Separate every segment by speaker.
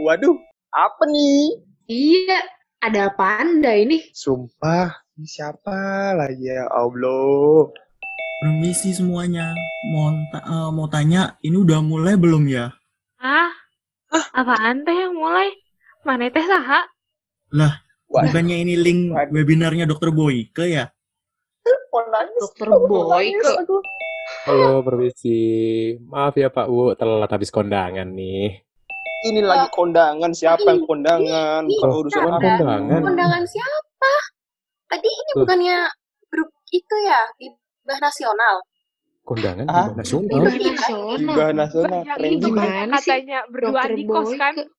Speaker 1: Waduh, apa nih?
Speaker 2: Iya, ada apa anda ini?
Speaker 1: Sumpah, ini siapa lagi ya Allah?
Speaker 3: Permisi semuanya. Mau, ta- eh, mau tanya, ini udah mulai belum ya?
Speaker 4: Ah, apaan teh yang mulai? Mana teh saha?
Speaker 1: Waduh,
Speaker 3: Bukannya ini link
Speaker 1: Waduh.
Speaker 3: webinarnya Dr. Boyke ya?
Speaker 1: mau nangis.
Speaker 2: Dokter
Speaker 1: Aku mau
Speaker 2: Boy
Speaker 1: nangis,
Speaker 2: ke
Speaker 1: aku.
Speaker 5: Halo, permisi. Maaf ya Pak Wu, telat habis kondangan nih.
Speaker 1: Ini lagi kondangan, siapa yang kondangan?
Speaker 2: Ih,
Speaker 1: Kalau urusan
Speaker 5: Kok
Speaker 1: apa?
Speaker 5: kondangan?
Speaker 2: Undangan siapa? Tadi ini
Speaker 5: Tuh.
Speaker 2: bukannya grup itu ya, Ibah Nasional.
Speaker 5: Kondangan
Speaker 1: Ah?
Speaker 5: di nasional.
Speaker 2: Ibah
Speaker 4: Ini
Speaker 1: Gibah
Speaker 2: Nasional.
Speaker 1: nasional,
Speaker 4: Yang
Speaker 1: keren
Speaker 4: itu
Speaker 1: juga.
Speaker 4: kan
Speaker 2: Gimana sih?
Speaker 4: katanya berduaan
Speaker 2: Dokter
Speaker 4: di kos
Speaker 2: Boy
Speaker 4: kan?
Speaker 2: ke-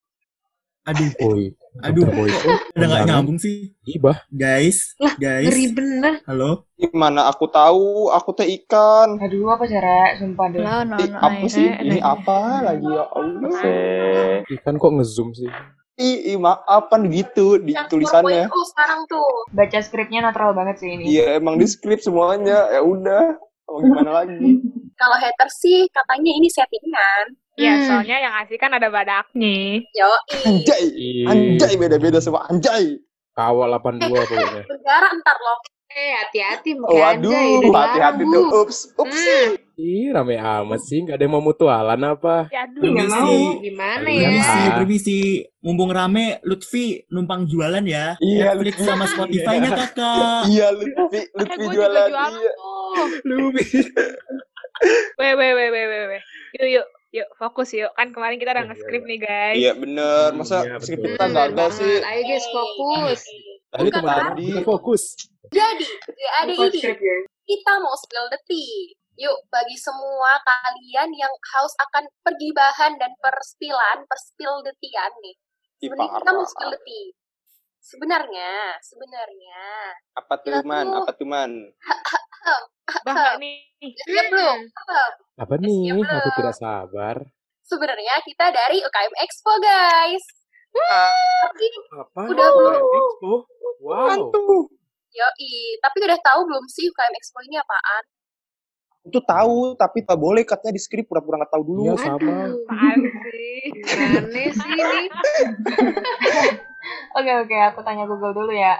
Speaker 3: Aduh,
Speaker 1: Oh,
Speaker 5: Oi,
Speaker 3: aduh.
Speaker 5: Dr. Boyke,
Speaker 3: Udah nggak
Speaker 5: kondangan.
Speaker 3: nyambung sih.
Speaker 5: Ibah.
Speaker 3: Guys,
Speaker 2: Lah,
Speaker 3: guys.
Speaker 2: Ngeri bener.
Speaker 3: Halo?
Speaker 1: Gimana aku tahu? Aku teh ikan.
Speaker 6: Aduh apa cara sumpah deh.
Speaker 7: Lah, no,
Speaker 1: Ih,
Speaker 7: no, ya.
Speaker 1: apa
Speaker 7: ayo,
Speaker 1: sih?
Speaker 7: ayo,
Speaker 1: Ini
Speaker 7: ayo.
Speaker 1: apa lagi ya Allah?
Speaker 5: Ikan kok ngezoom sih?
Speaker 1: Ih, ih, maafan gitu di
Speaker 2: Yang
Speaker 1: tulisannya.
Speaker 2: 4.0 sekarang tuh.
Speaker 6: Baca skripnya natural banget sih ini.
Speaker 1: Iya, emang di skrip semuanya. Ya udah, mau gimana lagi?
Speaker 2: Kalau hater sih katanya ini settingan.
Speaker 4: Ya,
Speaker 7: Hmm.
Speaker 4: soalnya yang asli kan ada badaknya.
Speaker 2: Yo,
Speaker 1: Anjay,
Speaker 5: Ih,
Speaker 1: anjay beda-beda semua anjay.
Speaker 5: Kawal 82 pokoknya.
Speaker 2: berdarah ntar loh. Eh, hati-hati
Speaker 1: Waduh, Oh, hati-hati tuh. Ups, ups.
Speaker 5: Ih, rame amat sih. Nggak ada yang mau mutualan apa?
Speaker 4: Ya dulu.
Speaker 6: Nggak
Speaker 3: Permisi.
Speaker 6: mau.
Speaker 2: Gimana
Speaker 6: Iya.
Speaker 5: ya?
Speaker 3: Permisi,
Speaker 5: Ah.
Speaker 3: permisi. Mumpung rame, Lutfi numpang jualan ya.
Speaker 1: Iya,
Speaker 3: Netflix
Speaker 1: Lutfi.
Speaker 3: sama Spotify-nya kakak.
Speaker 1: Iya, Lutfi,
Speaker 4: Eh,
Speaker 1: Lutfi
Speaker 4: gue juga
Speaker 1: jualan.
Speaker 4: jualan
Speaker 1: Iya.
Speaker 2: Oh,
Speaker 4: tuh.
Speaker 3: Lutfi.
Speaker 4: Weh, weh, weh, weh, weh, weh. Yuk, yuk. Yuk, fokus yuk. Kan kemarin kita udah
Speaker 5: Iya,
Speaker 4: nge-script
Speaker 5: iya.
Speaker 4: nih, guys.
Speaker 1: Iya, bener. Masa
Speaker 5: Iya,
Speaker 1: skrip
Speaker 5: betul.
Speaker 1: kita nggak ada sih?
Speaker 2: Ayo guys, fokus.
Speaker 5: Tadi
Speaker 2: Bukan,
Speaker 5: teman-teman
Speaker 1: tadi.
Speaker 5: kita fokus.
Speaker 2: Jadi, tidak ada
Speaker 6: Buka
Speaker 2: ini.
Speaker 6: skrip ya.
Speaker 2: Kita mau spill the tea. Yuk, bagi semua kalian yang haus akan pergi bahan dan perspilan, perspil detian nih.
Speaker 1: Ih,
Speaker 2: Sebenarnya kita mau
Speaker 1: parah.
Speaker 2: spill the tea. Sebenarnya, sebenarnya.
Speaker 1: Apa tuh,
Speaker 2: Kita
Speaker 1: Man?
Speaker 2: tuh-
Speaker 1: Apa tuh, Man?
Speaker 4: Bah, nggak nih.
Speaker 2: Siap belum? Siap.
Speaker 5: Apa nih?
Speaker 2: Siapa?
Speaker 5: Aku tidak sabar.
Speaker 2: Sebenarnya kita dari UKM Expo, guys.
Speaker 1: Ah,
Speaker 2: Tapi
Speaker 5: Apa?
Speaker 2: Udah,
Speaker 5: Bukan
Speaker 2: Bu.
Speaker 5: Expo? Wow.
Speaker 1: Tuh,
Speaker 2: Yoi, tapi udah tahu belum sih UKM Expo ini apaan?
Speaker 1: itu tahu, tapi tak boleh katanya di skrip pura-pura nggak tahu dulu.
Speaker 5: Iya sama.
Speaker 4: Apaan sih?
Speaker 2: Aneh sih ini.
Speaker 6: Oke oke aku tanya Google dulu ya.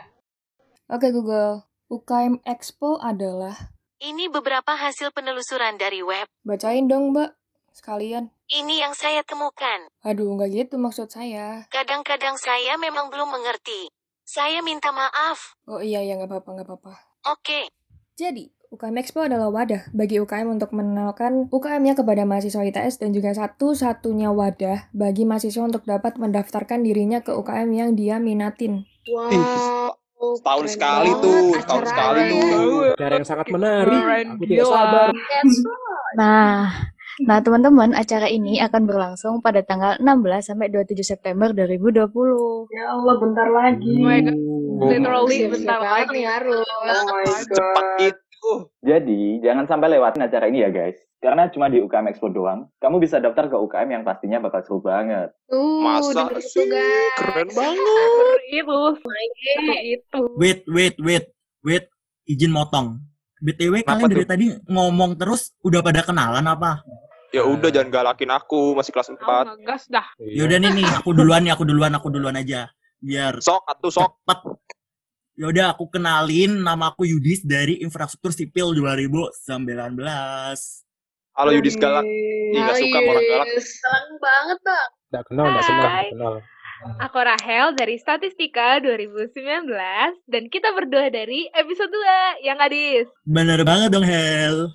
Speaker 7: Oke Google, UKM Expo adalah
Speaker 8: Ini beberapa hasil penelusuran dari web.
Speaker 7: bacain dong Mbak sekalian.
Speaker 8: Ini yang saya temukan.
Speaker 7: Aduh, nggak gitu maksud saya.
Speaker 8: Kadang-kadang saya memang belum mengerti. Saya minta maaf.
Speaker 7: Oh iya ya nggak apa-apa nggak apa-apa.
Speaker 8: Oke,
Speaker 7: Jadi UKM Expo adalah wadah bagi UKM untuk mengenalkan UKM-nya kepada mahasiswa ITS dan juga satu-satunya wadah bagi mahasiswa untuk dapat mendaftarkan dirinya ke UKM yang dia minatin.
Speaker 2: Wow.
Speaker 1: Ih, setahun sekali tuh, setahun sekali tuh.
Speaker 5: Cara yang sangat menarik. Aku tidak
Speaker 4: Gila.
Speaker 5: sabar.
Speaker 2: That's right.
Speaker 9: Nah, nah teman-teman, acara ini akan berlangsung pada tanggal 16 sampai 27 September 2020.
Speaker 6: Ya Allah bentar lagi.
Speaker 4: Oh my God.
Speaker 5: Iya.
Speaker 4: Literally
Speaker 2: Siap-siap
Speaker 4: bentar
Speaker 2: Iya, banget
Speaker 4: lagi.
Speaker 2: nih harus.
Speaker 6: Oh my
Speaker 1: Cepat
Speaker 6: god.
Speaker 1: gitu.
Speaker 10: Jadi, jangan sampai lewatin acara ini ya guys. Karena cuma di UKM Expo doang, kamu bisa daftar ke UKM yang pastinya bakal seru banget.
Speaker 2: Tuh,
Speaker 1: Masa
Speaker 2: dengerin
Speaker 1: sih?
Speaker 2: tuh, guys.
Speaker 1: Keren banget.
Speaker 4: Itu. Itu.
Speaker 3: Wait, wait, wait. Wait, izin motong. BTW
Speaker 1: Kenapa
Speaker 3: kalian dari
Speaker 1: tuh?
Speaker 3: tadi ngomong terus udah pada kenalan apa?
Speaker 1: Ya udah jangan galakin aku, masih kelas
Speaker 4: Aku
Speaker 1: 4.
Speaker 4: ngegas dah.
Speaker 5: Iya.
Speaker 3: Yaudah nih nih, aku duluan nih, aku duluan, aku duluan aja. Biar
Speaker 1: Sok atuh sok.
Speaker 3: cepet. Yaudah Ya aku kenalin nama aku Yudis dari Infrastruktur Sipil 2019.
Speaker 1: Halo Yudis Galak. Ih, nggak suka sama orang galak.
Speaker 2: Seneng banget, Bang.
Speaker 5: Nggak kenal, nggak senang,
Speaker 4: Hai.
Speaker 5: nggak kenal.
Speaker 4: Aku Rahel dari Statistika 2019 dan kita berdua dari episode 2 yang gadis.
Speaker 3: Bener banget dong, Hel.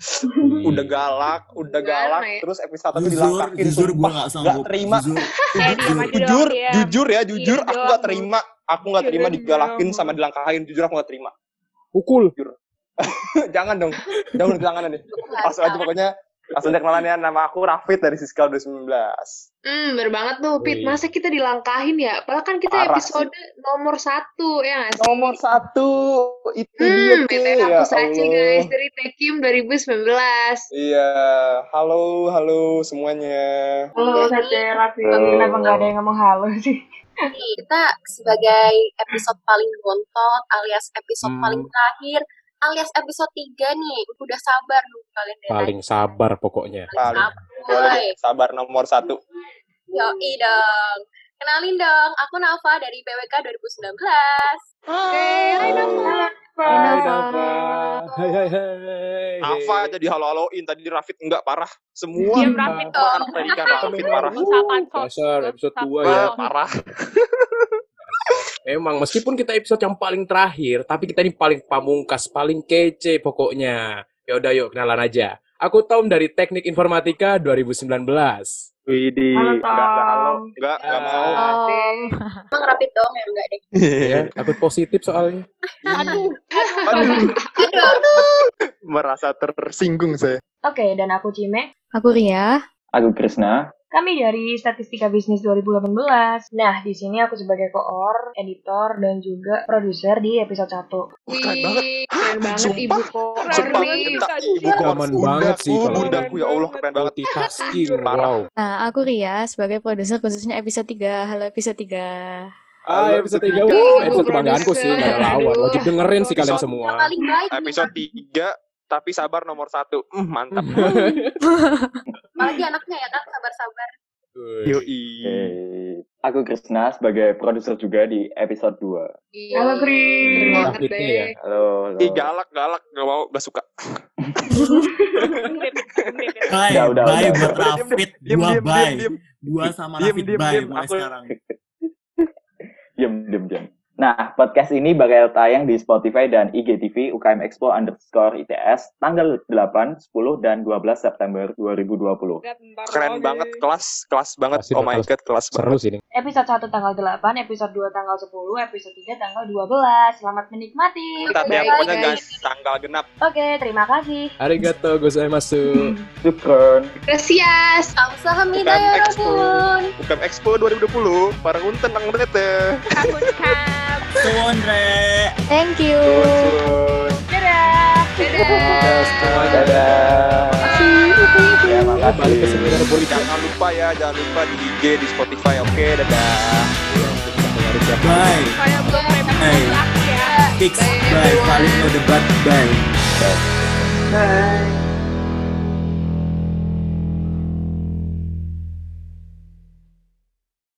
Speaker 1: Udah galak, udah galak,
Speaker 2: Gimana ya?
Speaker 1: terus episode satu
Speaker 3: Jujur,
Speaker 1: dilangkakin.
Speaker 3: jujur gue
Speaker 1: sumpah.
Speaker 3: gak sanggup.
Speaker 1: Nggak terima.
Speaker 3: Jujur.
Speaker 4: Eh, diam aja dong,
Speaker 1: Jujur,
Speaker 4: diam.
Speaker 1: jujur ya, jujur
Speaker 4: Iya
Speaker 1: aku
Speaker 4: dong.
Speaker 1: gak terima. Aku gak
Speaker 4: Jujur
Speaker 1: terima
Speaker 4: dong.
Speaker 1: digalakin sama dilangkahin, jujur aku gak terima.
Speaker 5: Pukul.
Speaker 1: jangan dong, jangan dilangan nih. Langsung aja pokoknya, langsung aja kenalan ya, nama aku Rafid dari Siskal 2019.
Speaker 2: Hmm, bener banget tuh, Pit.
Speaker 5: Wih.
Speaker 2: Masa kita dilangkahin ya? Padahal kan kita
Speaker 1: Parah
Speaker 2: episode nomor satu, ya nggak sih?
Speaker 1: Nomor satu, itu dia
Speaker 2: Hmm,
Speaker 1: tuh.
Speaker 2: PT
Speaker 1: ya
Speaker 2: Kampus aja
Speaker 1: Allah.
Speaker 2: guys, dari Tekim 2019.
Speaker 1: Iya, halo, halo semuanya.
Speaker 2: Oh,
Speaker 6: Halo saya Raffi.
Speaker 4: Iya.
Speaker 6: Kenapa nggak ada yang ngomong halo sih?
Speaker 2: Kita sebagai episode paling bontot, alias episode
Speaker 5: Hmm.
Speaker 2: paling terakhir, alias episode 3 nih. Udah sabar nunggu kalian dari
Speaker 5: Paling sabar pokoknya.
Speaker 2: tadi.
Speaker 1: Paling.
Speaker 2: Sabar,
Speaker 1: Boleh
Speaker 2: woy.
Speaker 1: deh, sabar nomor satu.
Speaker 2: Yoi dong.
Speaker 11: Kenalin dong, aku Nafa dari PWK 2019.
Speaker 6: Hai, Nafa.
Speaker 5: Hai Nafa. Hai hai hai.
Speaker 1: Nafa aja dihalo-haloin tadi Rafid enggak parah. Semua
Speaker 4: Iya,
Speaker 6: Diam Rafid
Speaker 1: semua
Speaker 6: dong.
Speaker 1: Nah, anak pendidikan Rafid parah.
Speaker 6: Usahakan kok.
Speaker 5: Dasar episode
Speaker 4: Oh
Speaker 5: 2 ya.
Speaker 4: iya,
Speaker 1: Wah, parah.
Speaker 5: Memang meskipun kita episode yang paling terakhir, tapi kita ini paling pamungkas, paling kece pokoknya. Ya udah yuk kenalan aja. Aku Tom dari Teknik Informatika 2019.
Speaker 1: Widih,
Speaker 4: Halo,
Speaker 1: enggak enggak halo,
Speaker 4: Tom.
Speaker 1: enggak enggak mau.
Speaker 5: Ah,
Speaker 11: Emang rapid dong ya enggak deh.
Speaker 5: ya, aku positif soalnya.
Speaker 11: Aduh,
Speaker 1: Aduh,
Speaker 11: aduh.
Speaker 1: merasa tersinggung saya.
Speaker 4: Oke, dan aku Cime.
Speaker 7: Aku Ria.
Speaker 2: Aku Krisna.
Speaker 4: Kami dari Statistika Bisnis 2018. Nah, di sini aku sebagai koor, editor, dan juga produser di episode 1.
Speaker 1: Wah, keren banget.
Speaker 6: Keren banget
Speaker 1: Sumpah.
Speaker 6: ibu kok.
Speaker 1: Sumpah, kita ibu
Speaker 5: Zaman
Speaker 1: harus undang.
Speaker 5: banget sih
Speaker 1: Oh,
Speaker 5: kalau-
Speaker 1: undang aku ya Allah keren banget.
Speaker 5: Multitasking,
Speaker 1: Parah.
Speaker 5: wow.
Speaker 7: Nah, aku Ria sebagai produser khususnya episode 3. Halo episode 3.
Speaker 5: Ah,
Speaker 1: Halo,
Speaker 5: episode
Speaker 1: episode
Speaker 5: 3.
Speaker 1: tiga.
Speaker 5: Wah,
Speaker 6: Ibu
Speaker 5: episode kebanggaanku
Speaker 6: produser.
Speaker 5: sih, nggak ada lawan.
Speaker 6: Aduh.
Speaker 5: Wajib dengerin sih kalian
Speaker 1: Episode-
Speaker 5: semua.
Speaker 11: Yang paling baik nih.
Speaker 1: Episode 3 tapi sabar nomor satu. Hmm, mantap.
Speaker 11: Apalagi anaknya ya kan sabar-sabar.
Speaker 1: Yoi.
Speaker 2: Eh, aku Krisna sebagai produser juga di episode 2.
Speaker 4: Halo,
Speaker 6: Keren
Speaker 4: Kris.
Speaker 6: banget
Speaker 5: Rafidnya ya.
Speaker 6: deh.
Speaker 2: Halo, halo.
Speaker 1: Ih, galak, galak. Gak mau, gak suka.
Speaker 6: Menit, menit ya.
Speaker 3: Bye,
Speaker 2: Udah, udah,
Speaker 3: bye
Speaker 2: udah,
Speaker 3: buat
Speaker 1: udah. Udah,
Speaker 3: Rafid.
Speaker 1: Diem,
Speaker 3: Gua
Speaker 1: diem, diem,
Speaker 3: bye.
Speaker 1: diem.
Speaker 3: Gua sama
Speaker 1: Diem,
Speaker 3: Rafid
Speaker 1: diem,
Speaker 3: bye
Speaker 1: diem.
Speaker 3: mulai
Speaker 1: Aku-
Speaker 3: sekarang.
Speaker 2: Diam, diam, diam. Nah, podcast ini bakal tayang di Spotify dan IGTV UKM Expo underscore ITS tanggal 8, 10, dan 12 September 2020.
Speaker 1: Keren banget, kelas, kelas banget.
Speaker 5: Pasti
Speaker 1: Oh my
Speaker 5: bakal
Speaker 1: god, kelas banget.
Speaker 5: Seru sih ini.
Speaker 4: Episode 1 tanggal 8, episode 2 tanggal 10, episode 3 tanggal 12. Selamat menikmati.
Speaker 1: Kita
Speaker 7: Bye,
Speaker 1: temponya
Speaker 7: guys.
Speaker 1: guys, tanggal genap.
Speaker 4: Oke, terima kasih.
Speaker 5: Arigato gozaimasu.
Speaker 2: Syukron.
Speaker 6: Gracias.
Speaker 11: Kamsahamnida
Speaker 1: Bukan
Speaker 11: ya
Speaker 1: Expo.
Speaker 11: Rabbun.
Speaker 1: UKM Expo 2020, para unten nang tete.
Speaker 6: Aku Kam.
Speaker 3: Tuan Re.
Speaker 7: Thank you.
Speaker 6: Dadah.
Speaker 2: Ya,
Speaker 6: Dadah.
Speaker 2: semua dadah. Ya,
Speaker 5: Ya, balik ke
Speaker 2: makasih.
Speaker 5: seminar politik.
Speaker 1: Jangan lupa ya, jangan lupa di IG, di Spotify. Oke, dadah.
Speaker 6: Iya,
Speaker 3: Bye.
Speaker 6: Kalau belum remix
Speaker 3: Hey.
Speaker 6: aku ya.
Speaker 3: Fix. Bye. Paling no debat. Bye.
Speaker 4: Bye.